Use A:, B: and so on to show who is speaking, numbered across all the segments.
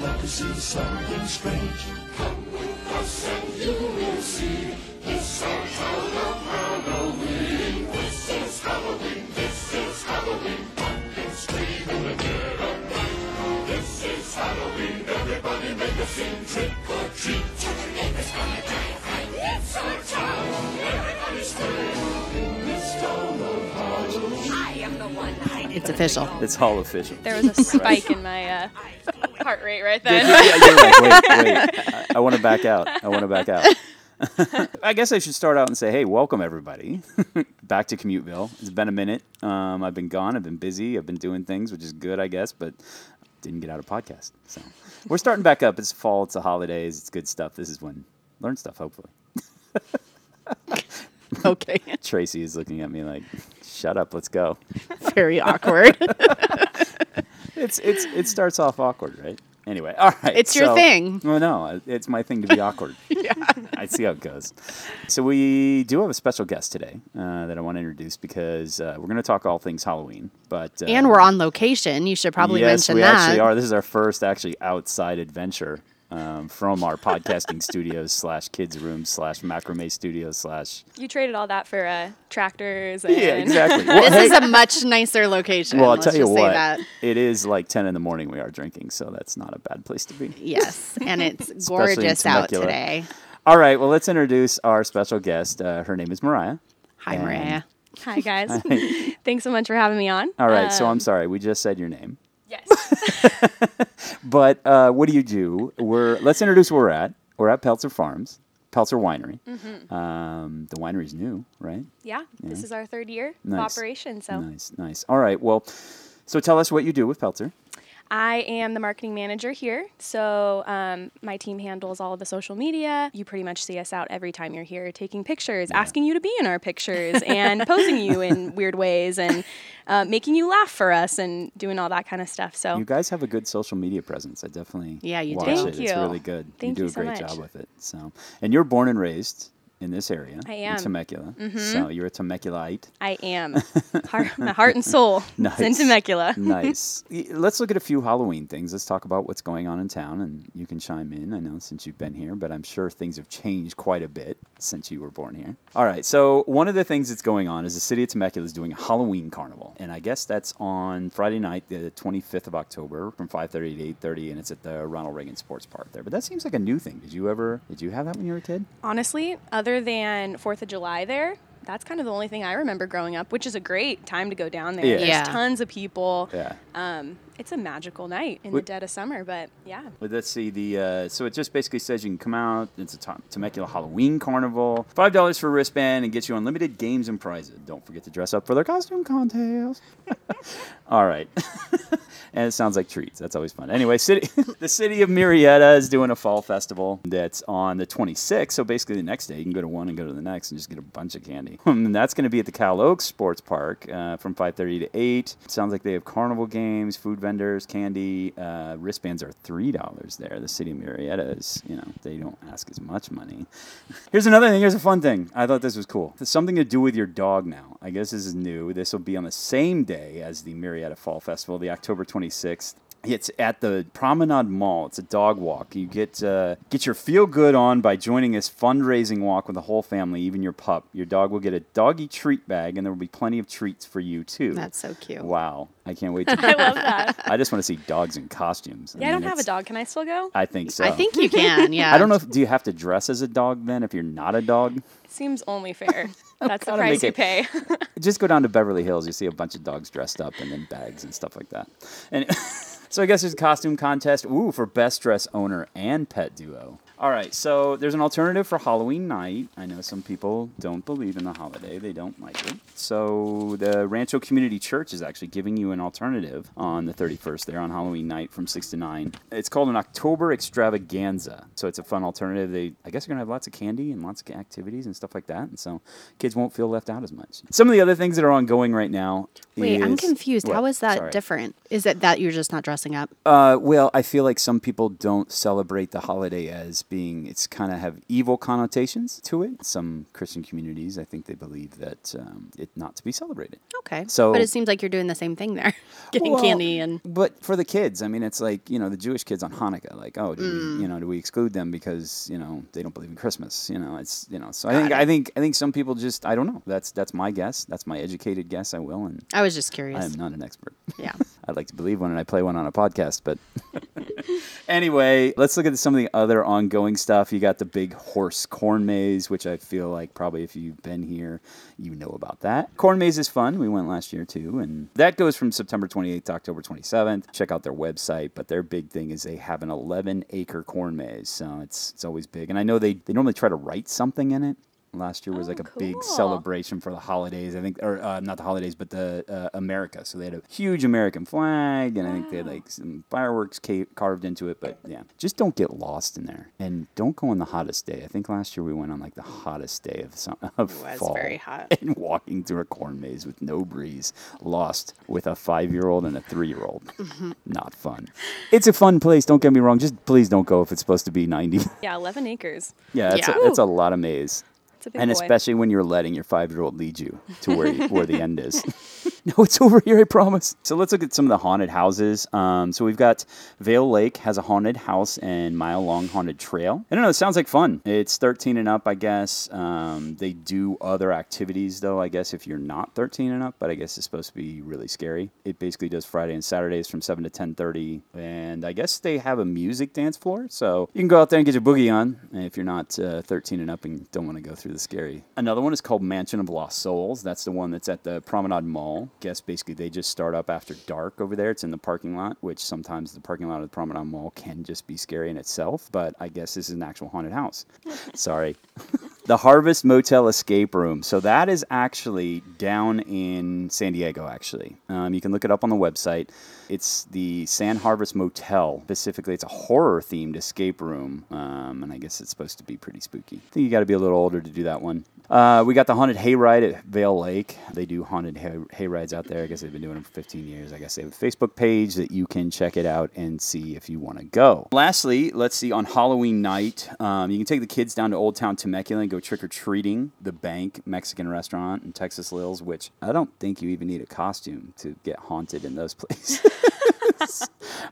A: is something strange. Come with us and you will see. This is out of Halloween. This is Halloween. This is Halloween. Pumpkin scream in the dead of night. This is Halloween. Everybody make a scene. Trick or treat. Tell the neighbors gonna die of fright. It's our town. Everybody scream. In this town of Halloween.
B: I am the one hiding.
C: It's official.
D: It's all official.
E: There was a spike in my uh, heart rate right
D: Did
E: then.
D: you- yeah, you're like, wait, wait. I, I want to back out. I want to back out. I guess I should start out and say, hey, welcome everybody back to Commuteville. It's been a minute. Um, I've been gone. I've been busy. I've been doing things, which is good, I guess, but didn't get out a podcast. So we're starting back up. It's fall. It's the holidays. It's good stuff. This is when learn stuff. Hopefully,
C: Okay.
D: Tracy is looking at me like, shut up. Let's go.
C: Very awkward.
D: It's it's it starts off awkward, right? Anyway, all right.
C: It's your thing.
D: Well, no, it's my thing to be awkward. yeah, I see how it goes. So we do have a special guest today uh, that I want to introduce because uh, we're going to talk all things Halloween. But uh,
C: and we're on location. You should probably
D: yes,
C: mention
D: we
C: that.
D: actually are. This is our first actually outside adventure um, from our podcasting studios slash kids room slash macrame studios slash.
E: You traded all that for uh, tractors and
D: Yeah, exactly.
C: This is a much nicer location.
D: well, I'll
C: Let's
D: tell you
C: just
D: what.
C: say that.
D: It is like ten in the morning. We are drinking, so that's not a bad place to be.
C: Yes, and it's
D: Especially in
C: gorgeous out
D: Temecula.
C: today.
D: All right, well, let's introduce our special guest. Uh, her name is Mariah.
C: Hi,
D: And-
C: Maria.
E: Hi guys, thanks so much for having me on.
D: All right, so
E: Um,
D: I'm sorry, we just said your name.
E: yes.
D: But uh, what do you do? We're let's introduce where we're at. We're at Peltzer Farms, Peltzer Winery.
E: Mm-hmm.
D: Um, the winery's new, right?
E: Yeah, this is our third year
D: Nice.
E: of operation. So
D: Nice, nice. All right, well, so tell us what you do with Peltzer.
E: I am the marketing manager here. So um, my team handles all of the social media. You pretty much see us out every time you're here, taking pictures, asking you to be in our pictures, and posing you in weird ways, and uh, making you laugh for us, and doing all that kind of stuff. So
D: You guys have a good social media presence. I definitely
C: Yeah, you do.
D: watch
E: Thank
D: it. It's
E: you.
D: really good.
E: Thank
D: you do
E: you
D: a
E: so
D: great
E: much.
D: job with it. So, and you're born and raised in this area.
E: I
D: in
E: am. Mm-hmm.
D: Temecula. So you're a Temeculaite.
E: I am heart, my heart and soul
D: Nice.
E: nice. in Temecula.
D: nice. Y- Let's look at a few Halloween things. Let's talk about what's going on in town, and you can chime in. I know since you've been here, but I'm sure things have changed quite a bit since you were born here. All right. So one of the things that's going on is the city of Temecula is doing a Halloween carnival, and I guess that's on Friday night, the 25th of October, from 5:30 to 8:30, and it's at the Ronald Reagan Sports Park there. But that seems like a new thing. Did you ever? Did you have that when you were a kid?
E: Honestly, other than Fourth of July there, that's kind of the only thing I remember growing up, which is a great time to go down there.
D: Yeah.
E: There's
C: Yeah.
E: tons of people.
D: Yeah.
E: Um, it's a magical night in
D: Would-
E: the dead of summer, but yeah.
D: Well, Let's see the uh, so it just basically says you can come out. It's a Tom- Temecula Halloween Carnival. Five dollars for a wristband and gets you unlimited games and prizes. Don't forget to dress up for their costume contest. All right, and it sounds like treats. That's always fun. Anyway, city the city of Murrieta is doing a fall festival that's on the 26th. So basically the next day you can go to one and go to the next and just get a bunch of candy. and that's going to be at the Cal Oaks Sports Park uh, from 5:30 to 8. Sounds like they have carnival games, food vendors, candy. Uh, wristbands are three dollars there. The city of Murrieta is, you know, they don't ask as much money. Here's another thing. Here's a fun thing. I thought this was cool. It's something to do with your dog now. I guess this is new. This will be on the same day as the Marietta Fall Festival, the October 26th. It's at the Promenade Mall. It's a dog walk. You get uh, get your feel good on by joining this fundraising walk with the whole family, even your pup. Your dog will get a doggy treat bag, and there will be plenty of treats for you too.
C: That's so cute.
D: Wow, I can't wait to.
E: I love that.
D: I just want to see dogs in costumes.
E: Yeah, I,
D: mean,
E: don't have a
D: it's-
E: dog. Can I still go?
D: I think so.
C: I think you can. Yeah.
D: I don't know if do you have to dress as a dog then if you're not a dog.
E: It seems only fair. That's the
D: gotta make
E: price you
D: it-
E: pay.
D: Just go down to Beverly Hills, you see a bunch of dogs dressed up and in bags and stuff like that. And so I guess there's a costume contest. Ooh, for best dress owner and pet duo. All right, so there's an alternative for Halloween night. I know some people don't believe in the holiday; they don't like it. So the Rancho Community Church is actually giving you an alternative on the 31st there on Halloween night from six to nine. It's called an October Extravaganza, so it's a fun alternative. They, I guess, are gonna have lots of candy and lots of activities and stuff like that, and so kids won't feel left out as much. Some of the other things that are ongoing right now.
C: Wait, I'm
D: is-
C: confused.
D: What?
C: How is that
D: Sorry.
C: different? Is it that you're just not dressing up?
D: Uh, well, I feel like some people don't celebrate the holiday as being it's kind of have evil connotations to it. Some Christian communities, I think, they believe that um, it not to be celebrated.
C: Okay.
D: So-
C: but it seems like you're doing the same thing there, getting
D: Well,
C: candy and
D: But for the kids, I mean, it's like you know the Jewish kids on Hanukkah, like oh, do
C: Mm.
D: we, you know, do we exclude them because you know they don't believe in Christmas? You know, it's you know. So I think I think I think some people just I don't know. That's that's my guess. That's my educated guess. I will, and
C: I was just
D: I
C: curious.
D: am not an expert.
C: Yeah.
D: I'd like to believe one, and I play one on a podcast. But anyway, let's look at some of the other ongoing stuff. You got the big horse corn maze, which I feel like probably if you've been here, you know about that. Corn maze is fun. We went last year too, and that goes from September 28th to October 27th. Check out their website, but their big thing is they have an 11 acre corn maze, so it's it's always big. And I know they they normally try to write something in it. Last year was
E: Oh,
D: like a big
E: cool.
D: celebration celebration for the holidays. I think, or uh, not the holidays, but the uh, America. So they had a huge American flag, and I think they had like some fireworks ca- carved into it. But yeah, just don't get lost in there, and don't go on the hottest day. I think last year we went on like the hottest day of summer of
C: It was
D: fall.
C: very hot.
D: And walking through a corn maze with no breeze, lost with a five-year-old and a three-year-old.
C: Mm-hmm.
D: Not fun. It's a fun place. Don't get me wrong. Just please don't go if it's supposed to be ninety.
E: Yeah, 11 acres.
D: Yeah, that's,
C: Yeah.
D: A, that's a lot of maze.
E: It's a big
D: and
E: boy.
D: especially when you're letting your five year old lead you to where, you, where the end is. no, it's over here, I promise. So let's look at some of the haunted houses. Um, so we've got Vale Lake has a haunted house and mile long haunted trail. I don't know, it sounds like fun. It's 13 and up, I guess. Um, they do other activities, though, I guess, if you're not 13 and up, but I guess it's supposed to be really scary. It basically does Friday and Saturdays from 7 to 10.30, and I guess they have a music dance floor, so you can go out there and get your boogie on if you're not uh, 13 and up and don't want to go through the scary. Another one is called Mansion of Lost Souls. That's the one that's at the Promenade Mall. guess basically they just start up after dark over there. It's in the parking lot, which sometimes the parking lot of the Promenade Mall can just be scary in itself, but I guess this is an actual haunted house. Sorry. The Harvest Motel Escape Room. So that is actually down in San Diego, actually. Um, you can look it up on the website. It's the San Harvest Motel. Specifically, it's a horror themed escape room. Um, and I guess it's supposed to be pretty spooky. I think you got to be a little older to do that one. Uh, we got the Haunted Hayride at Vale Lake. They do haunted hay, hay rides out there. I guess they've been doing them for 15 years. I guess they have a Facebook page that you can check it out and see if you want to go. Lastly, let's see on Halloween night, um, you can take the kids down to Old Town Temecula and go trick or treating. The Bank Mexican restaurant in Texas Lills, which I don't think you even need a costume to get haunted in those places.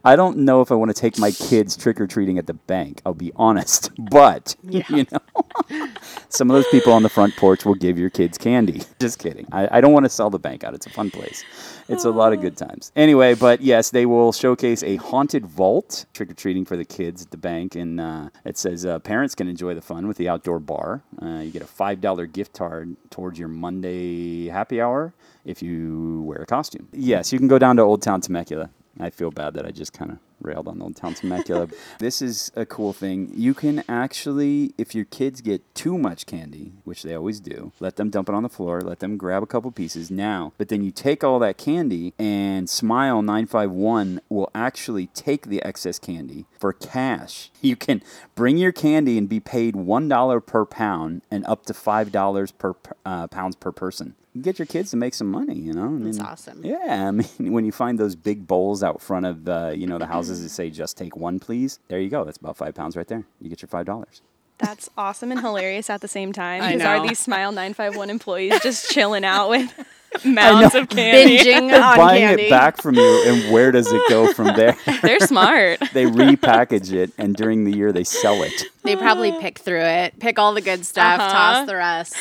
D: I don't know if I want to take my kids trick or treating at the bank. I'll be honest, but you know, some of those people on the front porch will give your kids candy. Just kidding. I, I don't want to sell the bank out. It's a fun place. It's a lot of good times. Anyway, but yes, they will showcase a haunted vault trick or treating for the kids at the bank, and uh, it says uh, parents can enjoy the fun with the outdoor bar. Uh, you get a five dollar gift card towards your Monday happy hour if you wear a costume. Yes, you can go down to Old Town Temecula. I feel bad that I just kind of railed on Old Town Temecula. this is a cool thing. You can actually, if your kids get too much candy, which they always do, let them dump it on the floor, let them grab a couple pieces now. But then you take all that candy, and Smile 951 will actually take the excess candy for cash. You can bring your candy and be paid $1 per pound and up to $5 per uh, pounds per person. Get your kids to make some money, you know? I
C: That's
D: mean,
C: awesome.
D: yeah, I mean, when you find those big bowls out front of uh, you know the houses that say "just take one, please," there you go. That's about five pounds right there. You get your five dollars.
E: That's awesome and hilarious at the same time.
C: I
E: Because are
C: know.
E: these Smile 951 employees just chilling out with mounds of candy?
C: Binging on
D: Buying
C: candy.
D: it back from you, and where does it go from there?
E: They're smart.
D: they repackage it, and during the year they sell it.
C: They probably pick through it, pick all the good stuff, toss the rest.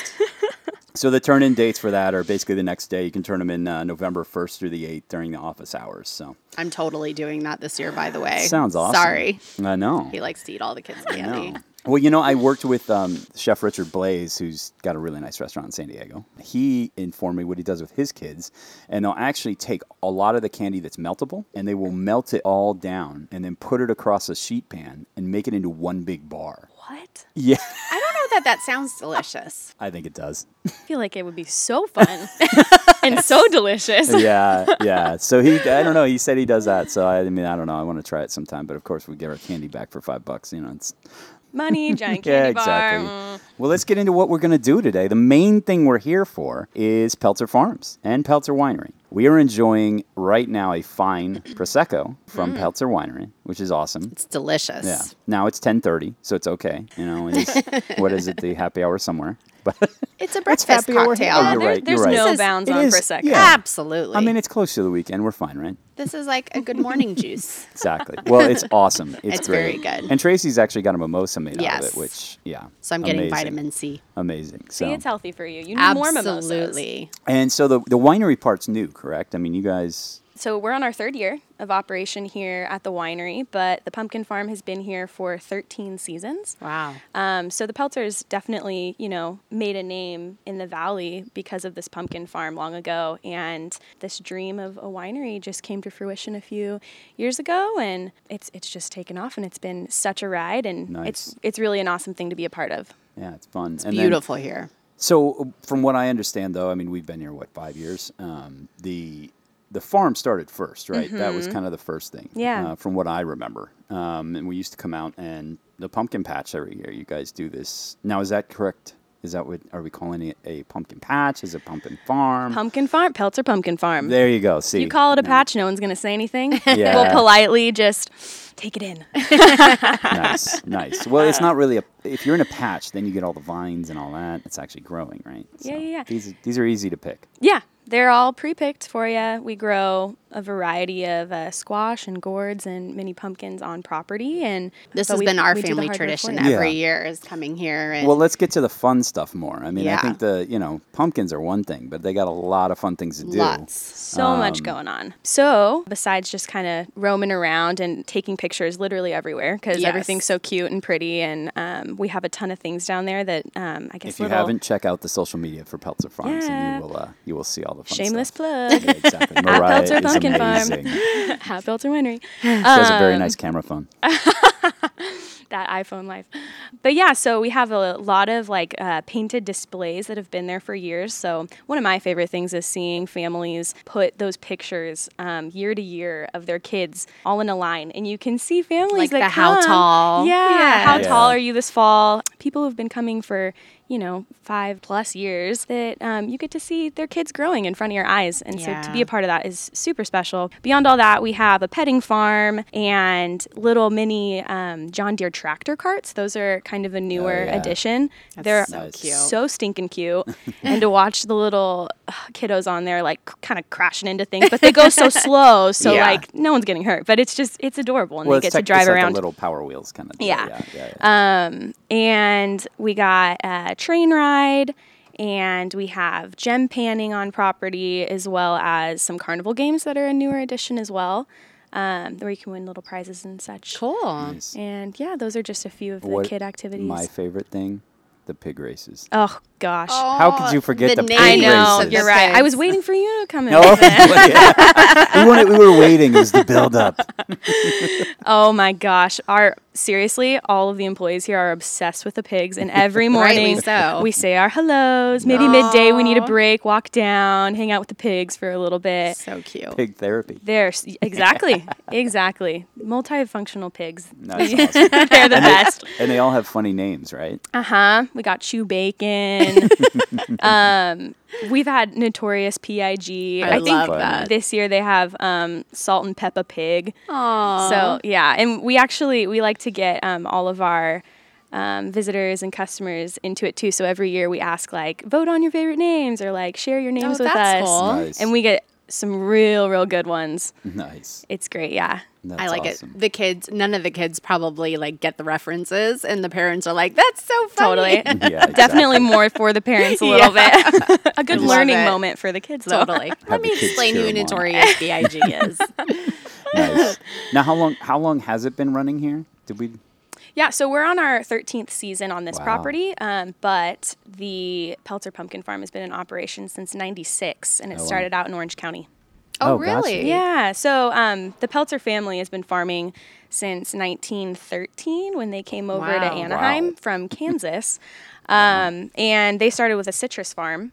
D: So the turn-in dates for that are basically the next day. You can turn them in uh, November first through the eighth during the office hours. So
C: I'm totally doing that this year, by the way.
D: sounds awesome.
C: Sorry.
D: I know.
C: He likes to eat all the kids'
D: I know.
C: candy.
D: Well, you know, I worked with um, Chef Richard Blaze, who's got a really nice restaurant in San Diego. He informed me what he does with his kids, and they'll actually take a lot of the candy that's meltable, and they will melt it all down, and then put it across a sheet pan and make it into one big bar.
E: What?
D: Yeah,
C: I don't know that that sounds delicious.
D: I think it does.
E: I feel like it would be so fun and so delicious.
D: yeah, yeah. So he, I don't know. He said he does that. So I, I mean, I don't know. I want to try it sometime, but of course, we get our candy back for five bucks. You know, it's
E: Money, giant candy bar. mm.
D: Well, let's get into what we're going to do today. The main thing we're here for is Peltzer Farms and Peltzer Winery. We are enjoying right now a fine prosecco from
E: Mm.
D: Peltzer Winery, which is awesome.
C: It's delicious.
D: Yeah. Now it's 10:30, so it's okay. You know, and it's, what is it? The happy hour somewhere. But
C: It's a breakfast
D: happy hour.
C: cocktail.
D: Oh, you're
E: there-
D: right,
E: there's
D: right.
E: no
C: This is-
E: bounds
D: it
E: on
D: is-
E: prosecco. Ah,
D: yeah.
C: Absolutely.
D: I mean, it's close to the weekend. We're fine, right?
C: this is like a good morning juice.
D: Exactly. Well, it's awesome. It's,
C: It's
D: great.
C: very good.
D: And Tracy's actually got a mimosa made out of
C: Yes.
D: it, which yeah.
C: So I'm getting
D: amazing.
C: vitamin C.
D: Amazing. So
E: See, it's healthy for you. You need more mimosas.
C: Absolutely.
D: and so the the winery part's new, correct? I mean, you guys.
E: So we're on our third year of operation here at the winery, but the pumpkin farm has been here for 13 seasons.
C: Wow.
E: Um, so the Pelters definitely, you know, made a name in the valley because of this pumpkin farm long ago, and this dream of a winery just came to fruition a few years ago, and it's it's just taken off, and it's been such a ride, and
D: Nice.
E: it's it's really an awesome thing to be a part of.
D: Yeah, it's fun. It's
C: Beautiful here.
D: So, uh, from what I understand, though, I mean, we've been here what five years. Um, the the farm started first, right? That was kind of the first thing,
E: Mm-hmm. Yeah.
D: Uh, from what I remember, um, and we used to come out and the pumpkin patch every year. You guys do this now? Is that correct? Is that what are we calling it? A pumpkin patch? Is it pumpkin farm?
E: Pumpkin farm, Pelter pumpkin farm.
D: there you go. See,
E: you call it a
D: No,
E: patch, no one's gonna say anything.
D: Yeah.
E: We'll politely just take it in.
D: nice, nice. Well,
E: Uh,
D: it's not really a. If you're in a patch, then you get all the vines and all that. It's actually growing, right?
E: Yeah, yeah, yeah.
D: These these are easy to pick.
E: Yeah, they're all pre-picked for you. We grow a variety of uh, squash and gourds and mini pumpkins on property, and
C: This
E: but
C: has
E: we-
C: been our
E: we do the
C: family
E: hard work for
C: tradition
E: you.
D: Yeah.
C: every year is coming here and
D: Well, let's get to the fun stuff more. I mean, I
C: Yeah.
D: think the you know pumpkins are one thing, but they got a lot of fun things to do.
C: lots.
E: So
D: Um,
E: much going on. So besides just kind of roaming around and taking pictures literally everywhere because
C: Yes.
E: everything's so cute and pretty, and um, we have a ton of things down there that um, I guess
D: If you
E: little
D: haven't, check out the social media for Peltzer Farms,
E: Yeah.
D: and you will uh, you will see all the fun
E: shameless
D: stuff.
E: plug.
D: Yeah, exactly. Mariah
E: Peltzer
D: is
E: Pumpkin Farm. Um,
D: amazing.
E: Hat Belter Winery.
D: She has a very nice camera phone.
E: that iPhone life. But yeah, so we have a lot of like uh, painted displays that have been there for years. So one of my favorite things is seeing families put those pictures um, year to year of their kids all in a line, and you can see families
C: Like
E: that
C: the how
E: come.
C: tall.
E: Yeah,
C: Yeah.
E: how
D: Yeah.
E: tall are you this fall? People who've been coming for you know five plus years that um, you get to see their kids growing in front of your eyes, and so to
C: Yeah.
E: be a part of that is super special. Beyond all that, we have a petting farm and little mini um, John Deere tractor carts. Those are kind of a newer
D: yeah.
E: addition. They're
C: so
D: Nice.
C: cute.
E: so stinking cute, and to watch the little uh, kiddos on there like kind of crashing into things, but they go so slow, so
D: Yeah.
E: like no one's getting hurt. But it's just it's adorable, and
D: Well,
E: they get
D: it's
E: to
D: tech-
E: drive
D: it's like
E: around.
D: a little Power Wheels kind of. Deal.
E: Yeah.
D: yeah, yeah, yeah.
E: and we got a train ride and we have gem panning on property as well as some carnival games that are a newer addition as well um, where you can win little prizes and such
C: Cool.
E: and yeah those are just a few of the
D: What-
E: Um, kid activities
D: My favorite thing, the pig races.
E: oh gosh
D: How could you forget the
E: i
D: pig
E: know
D: races.
E: you're right i was waiting for you to come in
D: Oh, yeah. we, wanted, we were waiting. It was the build up.
E: Oh my gosh. Our seriously, all of the employees here are obsessed with the pigs and every morning
D: Oh.
C: so.
E: we say our hellos. Maybe midday we need a break, walk down, hang out with the pigs for a little bit.
C: So cute.
D: Pig therapy.
E: They're s- exactly. exactly. Multifunctional pigs.
D: That's awesome.
E: They're the best.
D: And they all have funny names, right?
E: Uh-huh. We got chew bacon. um we've had notorious PIG.
C: I love
D: Fun.
C: that.
E: Uh, this year they have um, salt and peppa pig.
C: Aww.
E: So yeah, and we actually we like to get um, all of our um, visitors and customers into it too. So every year we ask like vote on your favorite names or like share your names with
C: Oh, that's
E: us,
C: cool.
D: Nice.
E: and we get some real real good ones.
D: Nice.
E: It's great, yeah.
D: That's
C: I like
D: awesome.
C: it. The kids, none of the kids probably like get the references, and the parents are like, "That's so funny."
E: Totally.
D: Yeah,
E: Definitely
D: exactly.
E: more for the parents a little bit. a good
C: Love
E: learning
C: it.
E: moment for the kids though.
C: totally.
D: Have
C: Let
D: the
C: me
D: kids
C: explain
D: cheer
C: who
D: 'em on.
C: notorious big is.
D: Nice. Now, how long? How long has it been running here? Did we?
E: Yeah, so we're on our 13th season on this
D: Wow.
E: property, um, but the Peltzer Pumpkin Farm has been in operation since 96 and it
D: Oh, wow.
E: started out in Orange County.
C: Oh,
D: Oh, gotcha.
C: really?
E: Yeah, so um, the Peltzer family has been farming since 1913 when they came over to
C: Wow.
E: Anaheim
D: Wow. Uh-huh.
E: from Kansas. Um, and they started with a citrus farm.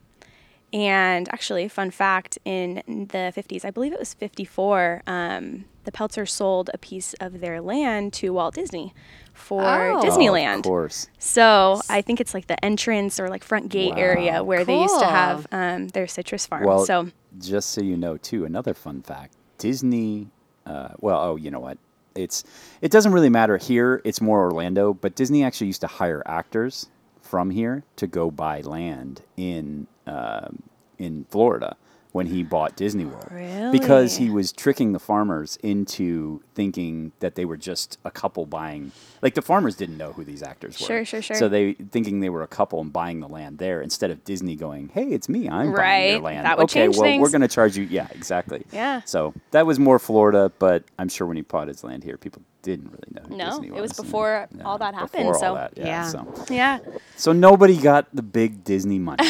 E: And actually, fun fact in the 50s, I believe it was 54, um, the Peltzer sold a piece of their land to Walt Disney for
C: Oh.
E: Disneyland.
D: Of course.
E: So I think it's like the entrance or like front gate
D: Wow.
E: area where they used to
C: Cool.
E: have um, their citrus farm.
D: Well,
E: so
D: just so you know, too, another fun fact: Disney. Uh, well, oh, you know what? It's it doesn't really matter here. It's more Orlando, but Disney actually used to hire actors from here to go buy land in um in Florida when he bought Disney World because he
E: Really?
D: was tricking the farmers into thinking that they were just a couple buying. Like the farmers didn't know who these actors were.
E: Sure, sure, sure.
D: So they thinking they were a couple and buying the land there instead of Disney going, "Hey, it's me. I'm buying your
E: Right.
D: land.
E: That would
D: okay,
E: change
D: well, we're
E: things.
D: going to charge you. Yeah, exactly.
E: Yeah.
D: So that was more Florida, but I'm sure when he bought his land here, people didn't really know. Who
E: No,
D: Disney
E: it was
D: and-
E: before all that happened,
D: Before all
E: so-
D: that, yeah.
C: Yeah.
D: So,
E: yeah,
D: so nobody got the big Disney money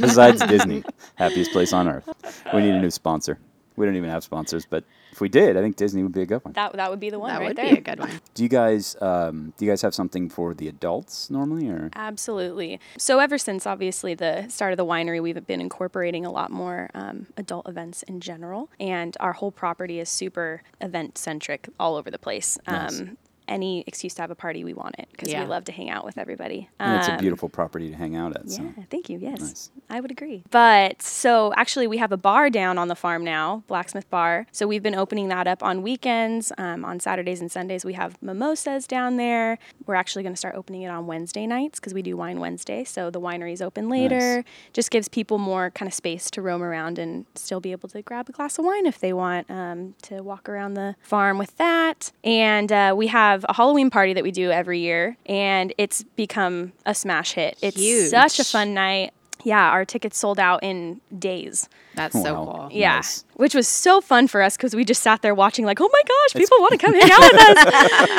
D: besides Disney, happiest place on earth. We need a new sponsor. We don't even have sponsors, but if we did, I think Disney would be a good one.
E: that that would be the one
C: That
E: right
C: would
E: there.
C: be a good one.
D: Do you guys um, do you guys have something for the adults normally, or
E: Absolutely. So ever since obviously the start of the winery, we've been incorporating a lot more um, adult events in general, and our whole property is super event centric all over the place. Um,
D: Nice.
E: Any excuse to have a party, we want it because
C: Yeah.
E: we love to hang out with everybody.
D: And it's a
E: Um,
D: beautiful property to hang out at.
E: Yeah,
D: So.
E: thank you. Yes,
D: Nice.
E: I would agree. But so actually, we have a bar down on the farm now, Blacksmith Bar. So we've been opening that up on weekends. Um, on Saturdays and Sundays, we have mimosas down there. We're actually going to start opening it on Wednesday nights because we do Wine Wednesday. So the winery's open later. Just gives people more kind of space to roam around and still be able to grab a glass of wine if they want um, to walk around the farm with that. And uh, we have a Halloween party that we do every year, and it's become a smash hit. It's
C: Huge.
E: such a fun night. Yeah, our tickets sold out in days.
C: That's so
D: Wow.
C: cool.
E: Yeah,
D: Nice.
E: which was so fun for us because we just sat there watching, like, oh my gosh, people want to come hang out with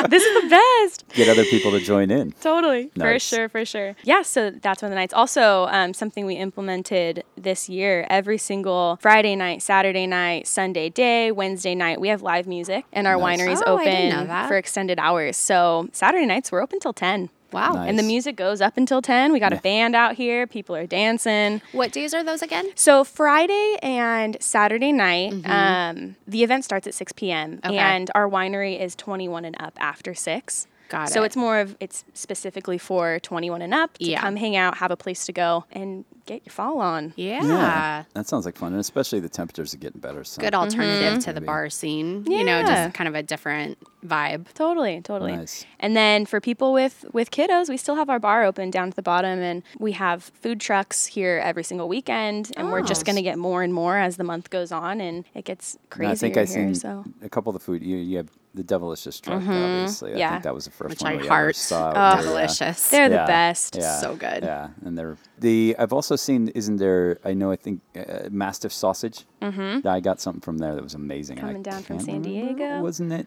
E: us. this is the best.
D: Get other people to join in.
E: Totally.
D: Nice.
E: For sure, for sure. Yeah, so that's one of the nights. Also, um, something we implemented this year every single Friday night, Saturday night, Sunday day, Wednesday night, we have live music and our
D: Nice.
E: winery's
C: Oh, I
E: open
C: didn't know that.
E: for extended hours. So Saturday nights, we're open till 10.
C: Wow.
D: Nice.
E: And the music goes up until 10. We got a
D: Yeah.
E: band out here, people are dancing.
C: What days are those again?
E: So Friday and Saturday night, um, the event starts at 6 p.m.
C: Mm-hmm. Okay.
E: and our winery is 21 and up after six.
C: Got
E: So
C: it.
E: it's more of it's specifically for 21 and up to
C: Yeah.
E: come hang out, have a place to go, and get your fall on.
C: Yeah.
D: That sounds like fun, and especially the temperatures are getting better. So.
C: Good alternative to the
D: Maybe.
C: bar scene. You know,
E: Yeah.
C: just kind of a different vibe.
E: Totally, totally.
D: Nice.
E: And then for people with with kiddos, we still have our bar open down to the bottom, and we have food trucks here every single weekend, and we're just going to get more and more as the month goes on, and it gets
D: And
E: crazier
D: Oh. I think I
E: here.
D: seen
E: So Mm-hmm.
D: a couple of the food. You, you have the Devilicious truck, obviously. I
E: Yeah.
D: think that was the first
C: Which
D: one
C: I
D: we ever
C: heart.
D: saw.
C: Oh,
D: Yeah.
C: delicious.
E: they're
D: Yeah.
E: the best.
D: Yeah.
C: So good.
D: Yeah, and they're the. I've also seen. Isn't there? I know. I think uh, Mastiff sausage. Mm-hmm. I got something from there that was amazing. and I
E: Coming down from
D: can't
E: San
D: remember,
E: Diego.
D: wasn't it?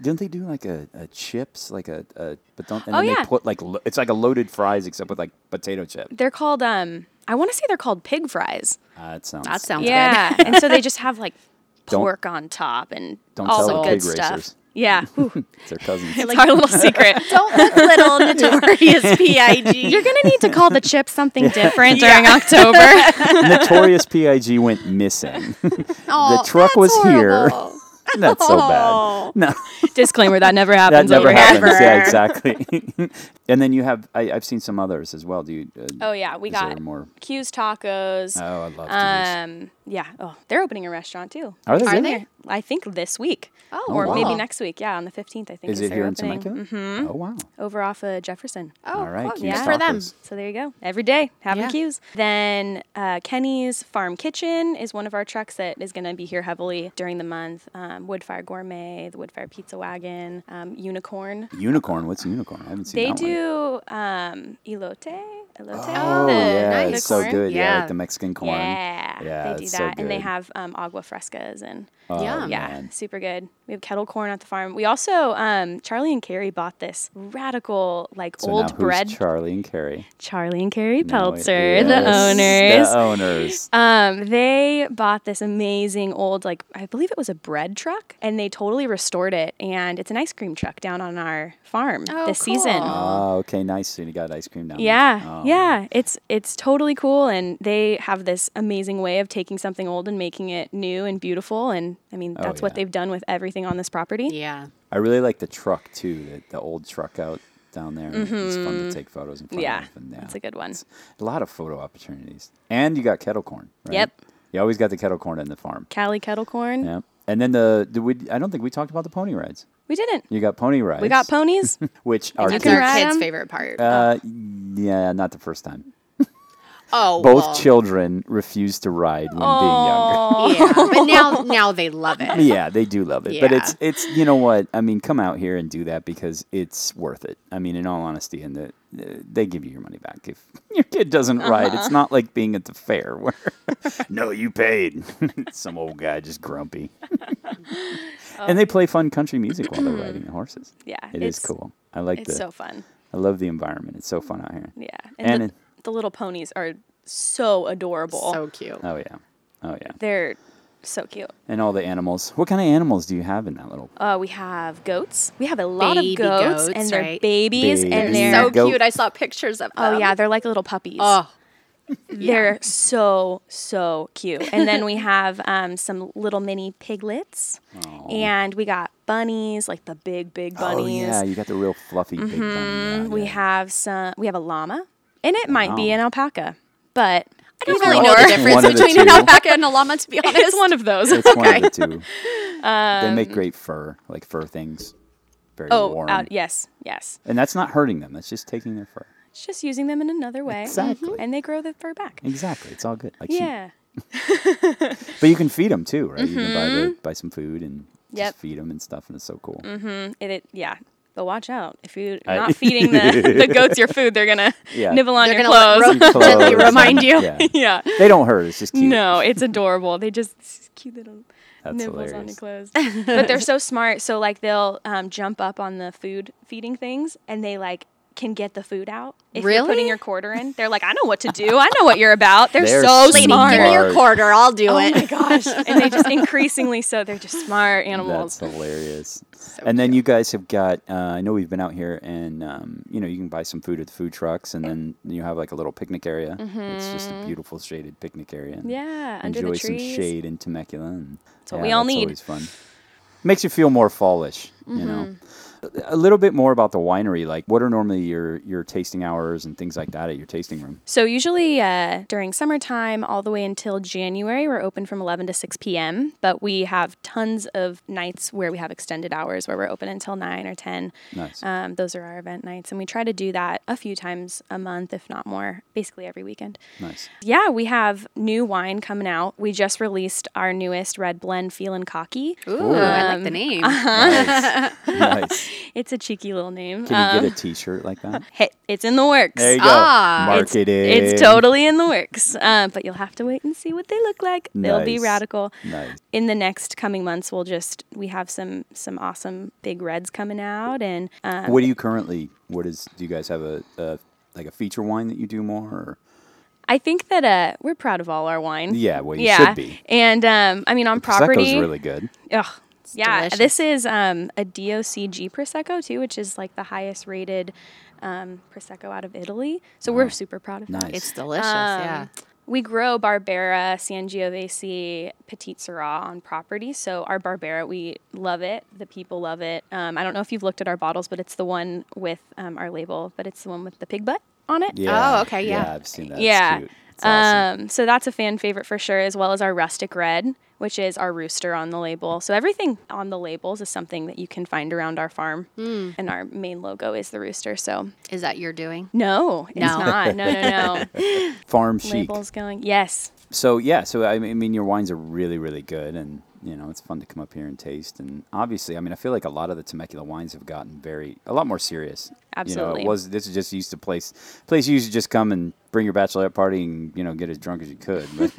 D: Didn't they do like a, a chips, like a, a but don't and
E: Oh,
D: then they
E: yeah.
D: put like lo- it's like a loaded fries except with like potato chip.
E: They're called um I want to say they're called pig fries.
D: Uh, it sounds
C: That sounds good.
E: yeah. and so they just have like
D: Don't-
E: pork on top and
D: Don't
E: all
D: tell the
E: the
D: pig
E: good stuff.
D: racers.
E: Yeah. Ooh,
D: It's their cousins.
E: it's our little secret.
C: Don't Oh, look little notorious PIG.
E: You're going to need to call the chip something different during October.
D: Notorious PIG went missing.
C: Aw,
D: truck
C: Oh, that's
D: was here.
C: horrible.
D: That's so bad.
C: Oh.
D: No,
E: Disclaimer that never
D: that
E: happens
D: never
E: over
D: happens.
E: here.
D: Yeah, exactly. and then you have I, I've seen some others as well. Do you? Uh,
E: Oh yeah, we
D: is there
E: got
D: more?
E: Q's tacos.
D: Oh, I love to use-
E: um yeah. Oh, they're opening a restaurant too.
D: Are they?
C: Are
D: really?
C: they?
E: I think this week.
C: Oh,
E: or maybe
C: wow.
E: next week. Yeah, on the 15th I think
D: Is it
E: their
D: here in
E: opening.
D: Temecula? Mm-hmm. Oh wow.
E: Over off of Jefferson.
C: Oh,
D: All right.
C: cool.
D: Q's
C: Good for them.
D: Tacos.
E: So there you go. Every day, having
C: Yeah.
E: cues. Then uh, Kenny's Farm Kitchen is one of our trucks that is going to be here heavily during the month. Um, Woodfire Gourmet, the Woodfire Pizza Wagon, um, Unicorn.
D: Unicorn. What's unicorn? I haven't seen
E: They
D: that one.
E: do um, elote. Elote.
D: Oh
E: the,
D: yeah,
E: the
D: it's so
E: corn.
D: good. Yeah.
C: Yeah.
D: like the Mexican corn.
E: Yeah,
D: Yeah,
E: they do
D: it's
E: that,
D: so
E: and they
D: good.
E: have um, agua frescas and
D: Oh,
C: Yeah.
E: yeah,
D: man.
E: super good. We have kettle corn at the farm. We also um, Charlie and Carrie bought this radical like
D: So now
E: old
D: who's
E: bread.
D: Charlie and Carrie.
E: Charlie and
D: Now
E: Carrie
D: it-
E: Peltzer, the
D: yes,
E: owners.
D: The owners.
E: Um, they bought this amazing old, like I believe it was a bread truck, and they totally restored it. And it's an ice cream truck down on our farm
C: Oh,
E: this season.
C: cool.
D: Oh, okay, nice. So you got ice cream now.
E: Yeah,
D: Oh,
E: yeah, it's it's totally cool, and they have this amazing way of taking something old and making it new and beautiful. And I mean,
D: Oh,
E: that's
D: yeah.
E: what they've done with everything on this property.
C: Yeah.
D: I really like the truck too, the, the old truck out down there. It's fun to take photos in front
E: Mm-hmm. Yeah,
D: of. And,
E: that's a good one.
D: A lot of photo opportunities. And you got kettle corn. Right?
E: Yep.
D: You always got the kettle corn in the farm.
E: Cali Kettle Corn.
D: Yep. And then the, the we, I don't think we talked about the pony rides.
E: We didn't.
D: You got pony rides.
E: We got ponies.
D: Which are
E: you
C: That's
E: can
D: kids.
C: our
E: ride
C: kids'
E: 'em.
C: favorite part.
D: Uh, yeah, not the first time.
C: oh,
D: Both
C: well,
D: children refused to ride when being younger.
C: Yeah, but now now they love it.
D: yeah, they do love it. But it's
C: Yeah.
D: it's you know what I mean. Come out here and do that because it's worth it. I mean, in all honesty, and the, they give you your money back if your kid doesn't ride.
E: Uh-huh.
D: It's not like being at the fair where no, you paid. Some old guy just grumpy. and they play fun country music while they're riding the horses.
E: Oh. Yeah,
D: it is
E: it's-
D: cool. I like
E: It's
D: the.
E: so fun.
D: I love the environment. It's so fun out here.
E: Yeah.
D: And
E: And,
D: it-
E: the, the little ponies are so adorable.
C: So cute.
D: Oh yeah, oh yeah,
E: They're so cute.
D: and all the animals. What kind of animals do you have in that little?
E: Uh, we have goats. We have a lot
C: Baby
E: of goats,
C: goats,
E: and they're
C: right?
D: Babies.
E: babies, and
D: They're
E: they're
C: so
D: Goat.
C: cute. I saw pictures of them.
E: oh yeah, they're like little puppies.
C: Oh,
E: They're so so cute. And then we have um, some little mini piglets, and we got bunnies, like the big big bunnies. Mm-hmm.
D: Oh yeah, you got the real fluffy big bunny. yeah,
E: We
D: yeah.
E: have some. We have a llama, and it might be
D: Wow.
E: an alpaca, but
C: I don't
D: It's
C: really
D: one-
C: know the
D: one
C: difference
D: of the
C: between an
D: two.
C: alpaca and a llama. To be honest,
E: it's one of those.
D: It's one of the two. they
C: Um,
D: make great fur, like fur things, very
E: Oh,
D: warm.
E: out, yes, yes.
D: And that's not hurting them. That's just taking their fur.
E: It's just using them in another way,
D: Exactly.
E: and they grow the fur back.
D: Exactly. It's all good. Like sheep.
E: Yeah.
D: But you can feed them too, right? You can buy, their,
C: Mm-hmm.
D: buy some food and
E: Yep.
D: just feed them and stuff, and it's so cool.
E: It, it yeah. But watch out. If you're
D: I-
E: not feeding the, the goats your food, they're gonna
D: Yeah.
E: nibble on
C: They're
E: your
C: gonna
E: clothes.
C: like, ro- gently
D: Clothes
C: remind
D: and-
C: you.
D: Yeah.
E: yeah.
D: They don't hurt. It's just cute.
E: No, it's adorable. They just it's cute little
D: That's
E: nibbles on your
D: hilarious.
E: clothes. but they're so smart. So like they'll um, jump up on the food feeding things and they like can get the food out. If you're
C: Really?
E: putting your quarter in, they're like, I know what to do. I know what you're about. They're,
D: They're
E: so
D: Lady,
C: Lady,
E: smart.
C: give me your
D: Smart.
C: quarter. I'll do
E: oh
C: it.
E: my gosh. and they just increasingly so they're just smart animals.
D: That's hilarious. and then you guys have got. Uh, I know we've been out here, and um, you know you can buy some food at the food trucks, and then you have like a little picnic area. It's just
C: Mm-hmm.
D: a beautiful shaded picnic area. and
E: Yeah, under
D: enjoy
E: the
D: some
E: trees.
D: shade in Temecula. And, that's
E: what we all
D: that's
E: need.
D: Always fun. Makes you feel more fallish, you know.
E: Mm-hmm.
D: A little bit more about the winery. Like, what are normally your your tasting hours and things like that at your tasting room?
E: So usually uh, during summertime, all the way until January, we're open from 11 to 6 p.m. But we have tons of nights where we have extended hours where we're open until 9 or 10.
D: Nice.
E: Um, those are our event nights, and we try to do that a few times a month, if not more, basically every weekend.
D: Nice.
E: Yeah, we have new wine coming out. We just released our newest red blend, Feelin' Cocky.
C: Ooh, I like the name.
D: nice. nice.
E: It's a cheeky little name.
D: Can you
E: Um,
D: get a T-shirt like that?
E: hey, it's in the works.
D: There you go.
C: Ah.
E: It's-
D: Marketing.
E: It's totally in the works, um, but you'll have to wait and see what they look like. They'll be
D: Nice.
E: radical.
D: Nice.
E: In the next coming months, we'll just we have some some awesome big reds coming out, and um,
D: What do you currently? What is? Do you guys have a, a like a feature wine that you do more? Or?
E: I think that uh, we're proud of all our wine.
D: Yeah, well, you should be.
E: And um, I mean, on property,
D: Prosecco's really good.
E: Ugh. yeah,
C: delicious.
E: this is um, a DOCG prosecco too, which is like the highest rated um, prosecco out of Italy. So we're super proud of that.
D: Nice.
C: It's delicious.
E: Um,
C: yeah.
E: We grow Barbera, Sangiovese, Petit Syrah on property. So our Barbera, we love it. The people love it. Um, I don't know if you've looked at our bottles, but it's the one with um, our label, but it's the one with the pig butt on it.
D: Yeah.
C: Oh, okay, yeah.
D: I've seen that. It's
E: Yeah.
D: cute. It's awesome.
E: Um, so that's a fan favorite for sure, as well as our rustic red, which is our rooster on the label. So everything on the labels is something that you can find around our farm, and our main logo is the rooster. So
C: Is that your doing?
E: no, it's
C: No.
E: not. No, no, no.
D: Farm chic.
E: labels going. Yes,
D: So yeah, so I mean, I mean, your wines are really, really good, and you know, it's fun to come up here and taste. And obviously, I mean, I feel like a lot of the Temecula wines have gotten very, a lot more serious. You
E: Absolutely.
D: know, it was this is just used to place, place you used to just come and bring your bachelorette party and you know get as drunk as you could, but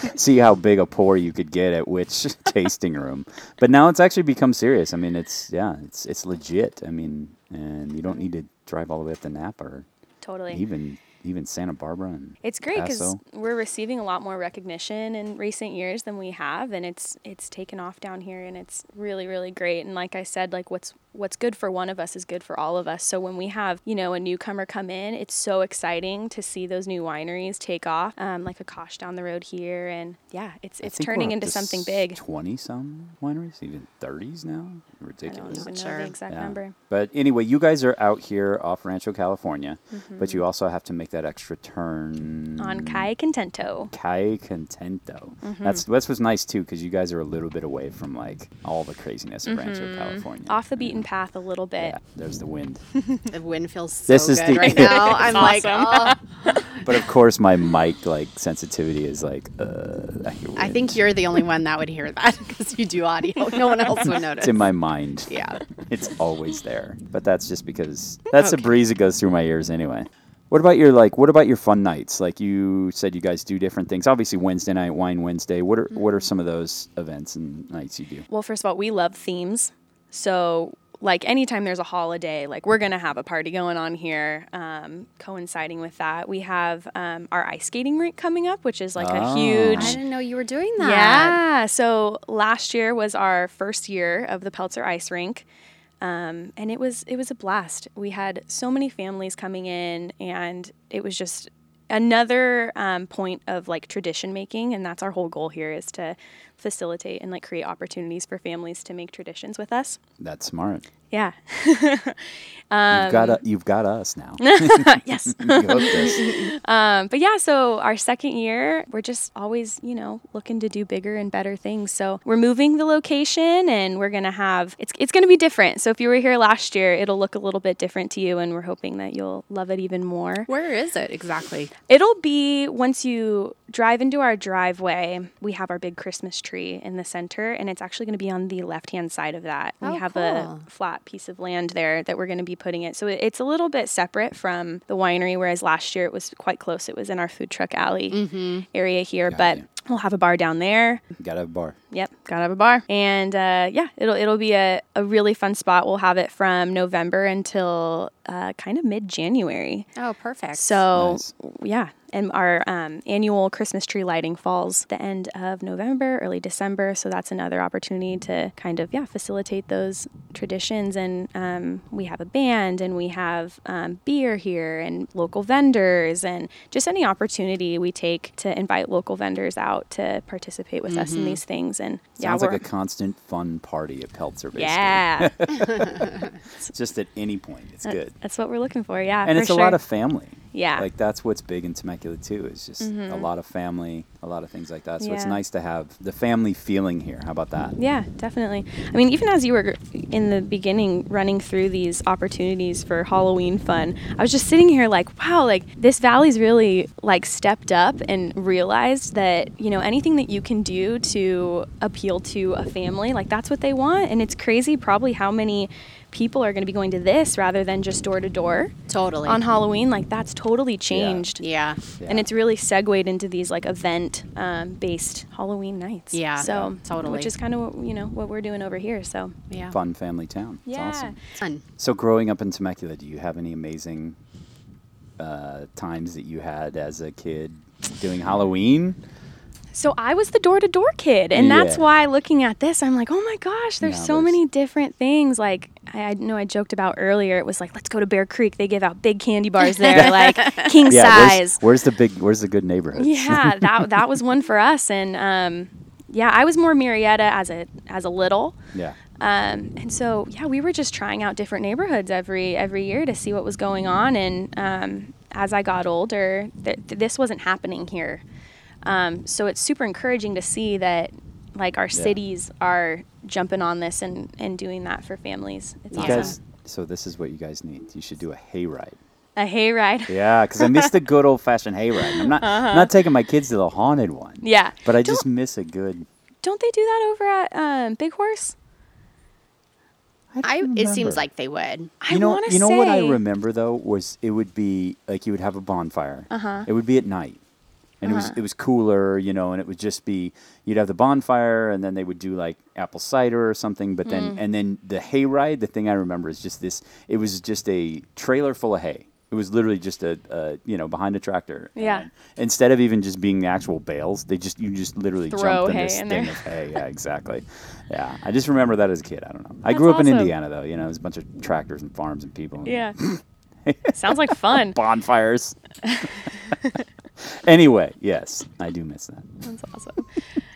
D: see how big a pour you could get at which tasting room. But now it's actually become serious. I mean, it's yeah, it's it's legit. I mean, and you don't need to drive all the way up to Napa or
E: totally.
D: even even Santa Barbara and
E: It's great because
D: Paso.
E: we're receiving a lot more recognition in recent years than we have, and it's it's taken off down here, and it's really really great. And like I said, like what's what's good for one of us is good for all of us. So when we have you know a newcomer come in, it's so exciting to see those new wineries take off, um, like Akash down the road here, and yeah, it's
D: I
E: it's
D: think we're
E: turning
D: up
E: into
D: to
E: something big.
D: Twenty some wineries, even thirties now.
E: I don't
D: Ridiculous.
E: even know
C: sure.
E: the exact
D: Yeah.
E: number.
D: But anyway, you guys are out here off Rancho, California,
E: Mm-hmm.
D: but you also have to make that extra turn
E: On Kai Contento.
D: Cay Contento.
E: Mm-hmm.
D: That's that's what's nice too, because you guys are a little bit away from like all the craziness of Rancho, California.
E: Mm-hmm. Off the
D: Mm.
E: beaten path a little bit.
D: Yeah, there's the wind.
C: The wind feels so
D: This is
C: good
D: the-
C: right now. I'm like, oh,
D: but of course, my mic like sensitivity is like. Uh, I, hear
C: I
D: wind.
C: think you're the only one that would hear that because you do audio. No one else would notice.
D: It's in my mind.
C: yeah.
D: it's always there. But that's just because that's the
C: Okay.
D: breeze that goes through my ears anyway. What about your like? What about your fun nights? Like you said, you guys do different things. Obviously, Wednesday night wine Wednesday. What are what are some of those events and nights you do?
E: Well, first of all, we love themes. So, like, anytime there's a holiday, like, we're going to have a party going on here. Um, coinciding with that, we have um, our ice skating rink coming up, which is like
D: Oh.
E: a
C: I
E: huge.
C: didn't know you were doing that.
E: Yeah. So, last year was our first year of the Peltzer Ice Rink. Um, and it was it was a blast. We had so many families coming in, and it was just another um, point of like tradition making, and that's our whole goal here is to facilitate and like create opportunities for families to make traditions with us.
D: That's smart.
E: Yeah.
D: you've got
E: Um,
D: a, you've got us now.
E: yes.
D: You hooked us.
E: Um, but yeah, so our second year, we're just always, you know, looking to do bigger and better things. So we're moving the location and we're going to have, it's, it's going to be different. So if you were here last year, it'll look a little bit different to you and we're hoping that you'll love it even more.
C: Where is it exactly?
E: It'll be once you drive into our driveway, we have our big Christmas tree in the center, and it's actually going to be on the left hand side of that. We
C: Oh,
E: have
C: cool.
E: a flat piece of land there that we're going to be putting it. So it- it's a little bit separate from the winery, whereas last year it was quite close. It was in our food truck alley area here,
D: Got
E: but
D: you.
E: we'll have a bar down there.
D: Got a bar.
E: Yep, gotta have a bar. And uh, yeah, it'll it'll be a, a really fun spot. We'll have it from November until uh, kind of mid January.
C: Oh, perfect.
E: So
D: Nice.
E: yeah, and our um, annual Christmas tree lighting falls the end of November, early December. So that's another opportunity to kind of yeah facilitate those traditions. And um, we have a band, and we have um, beer here, and local vendors, and just any opportunity we take to invite local vendors out to participate with us in these things. And
D: Mm-hmm. Sounds
E: yeah,
D: like a
E: we're-
D: constant fun party at Peltzer. Basically.
E: yeah,
D: It's just at any point, it's good.
E: that's what we're looking for. Yeah,
D: and
E: for
D: it's a lot
E: sure.
D: of family.
E: Yeah. Mm-hmm.
D: like that's what's big in Temecula too. Is just a lot of family, a lot of things like that. So it's
E: Yeah.
D: nice to have the family feeling here. How about that?
E: Yeah, definitely. I mean, even as you were in the beginning running through these opportunities for Halloween fun, I was just sitting here like, wow, like this valley's really like stepped up and realized that, you know, anything that you can do to appeal to a family, like that's what they want. And it's crazy probably how many people are going to be going to this rather than just door to door
C: totally.
E: on Halloween. Like that's totally changed.
C: yeah.
E: And
D: Yeah.
E: it's really segued into these like event um, based Halloween nights.
C: Yeah,
E: So
C: totally.
E: Which is kind of what, you know what we're doing over here. So
C: Yeah.
D: fun family town. It's awesome.
C: Fun.
D: So growing up in Temecula, do you have any amazing uh, times that you had as a kid doing Halloween?
E: So I was the door to door kid, and that's
D: Yeah.
E: why looking at this, I'm like, oh my gosh, there's
D: Yeah,
E: so
D: there's-
E: many different things. Like I, I know I joked about earlier, it was like, let's go to Bear Creek. They give out big candy bars there, like king
D: where's,
E: size.
D: where's the big? Where's the good neighborhood?
E: yeah, that that was one for us, and um, yeah, I was more Marietta as a as a little.
D: Yeah.
E: Um, and so yeah, we were just trying out different neighborhoods every every year to see what was going on. And um, as I got older, th- th- this wasn't happening here. Um, so it's super encouraging to see that like our cities are jumping on this and and doing that for families. It's
D: You
E: awesome.
D: guys. So this is what you guys need. You should do a hayride.
E: A hayride.
D: Yeah, because I miss the good old fashioned hayride. and I'm not not taking my kids to the haunted one.
E: Uh-huh. Yeah.
D: But I
E: Don't-
D: just miss a good.
E: Don't they do that over at um, Big Horse?
C: I,
D: don't
C: it
D: remember.
C: seems like they would.
E: I
D: you know,
E: wanna
D: you know what I
E: say-
D: remember though was it would be like you would have a bonfire. Uh-huh. It would be at night, and
E: Uh-huh.
D: it was it was cooler, you know, and it would just be you'd have the bonfire, and then they would do like apple cider or something.
E: Mm.
D: But then and then the hay ride. The thing I remember is just this. It was just a trailer full of hay. It was literally just a, a you know behind a tractor. And
E: Yeah.
D: then Instead of even just being the actual bales, they just you just literally
E: Throw
D: jumped in
E: hay
D: this
E: in
D: thing
E: there.
D: of hay. Yeah, exactly. Yeah, I just remember that as a kid. I don't know. I grew up
E: That's
D: in
E: awesome.
D: Indiana though. You know, it was a bunch of tractors and farms and people. and
E: Yeah. Sounds like fun.
D: Bonfires. anyway, yes, I do miss that.
E: That's awesome.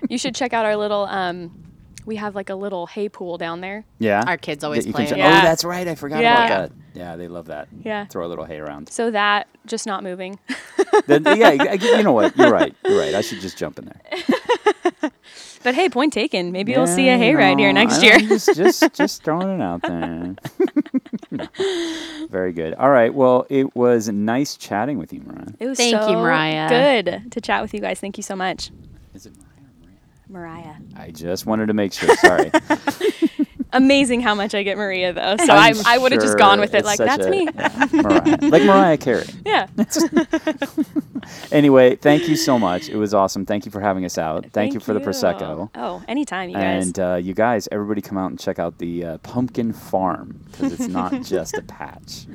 E: You should check out our little. Um, we have like a little hay pool down there.
D: Yeah.
C: Our kids
D: That
C: always
D: you
C: play
D: can
C: it.
D: ju-
E: Yeah.
D: Oh, that's right. I forgot
E: Yeah.
D: about that. Yeah, they love that.
E: Yeah.
D: Throw a little hay around.
E: So that just not moving.
D: then, yeah, I- I- you know what? You're right. You're right. I should just jump in there.
E: but hey, point taken. Maybe you'll see
D: Yeah,
E: a
D: you
E: hay ride here
D: know,
E: next
D: I-
E: year.
D: I'm just, just, just throwing it out there. No. Very good. All right. Well, it was nice chatting with you, Mariah.
E: It was
C: Thank you,
E: so
C: Mariah.
E: Good to chat with you guys. Thank you so much,
D: Is it Mariah or Maria?
E: Mariah.
D: I just wanted to make sure. Sorry.
E: Amazing how much I get Maria though. So I,
D: I'm
E: I would have just
D: sure
E: gone with it
D: it's
E: like
D: such
E: that's
D: a-
E: me.
D: yeah, Mariah. Like Mariah Carey.
E: Yeah.
D: Anyway, thank you so much. It was awesome. Thank you for having us out. Thank, you for the prosecco.
E: Oh, anytime, you guys.
D: And uh, you guys, everybody come out and check out the uh, pumpkin farm because it's not just a patch.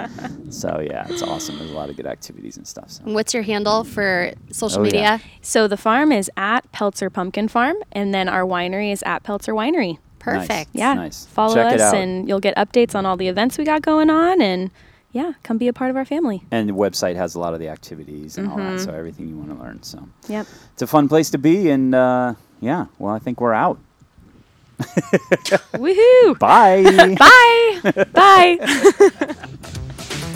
D: So, yeah, it's awesome. There's a lot of good activities and stuff. So.
C: What's your handle for social
D: Oh,
C: media?
D: yeah.
E: so the farm is at Peltzer Pumpkin Farm, and then our winery is at Peltzer Winery.
C: Perfect.
E: Yeah.
D: Nice.
E: Follow
D: Check it
E: us,
D: out.
E: and you'll get updates on all the events we got going on, and yeah, come be a part of our family.
D: And the website has a lot of the activities and all that.
E: Mm-hmm.
D: So, everything you want to learn. So,
E: Yep.
D: it's a fun place to be. And uh, yeah, well, I think we're out.
E: Woohoo!
D: Bye.
E: Bye. Bye.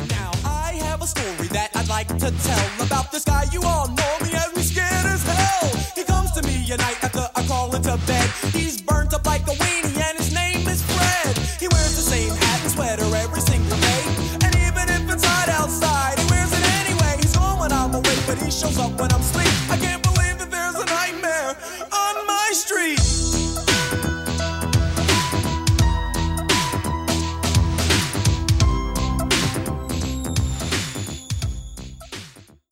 B: Now I have a story that I'd like to tell about this guy you all know me as me scared as hell. He comes to me at night after I call into bed. He's burnt up like a weenie and his name is Fred. He wears the same hat and sweater every single day. And even if it's hot outside, he wears it anyway. He's gone when I'm awake, but he shows up when I'm asleep. I can't believe that there's a nightmare on my street.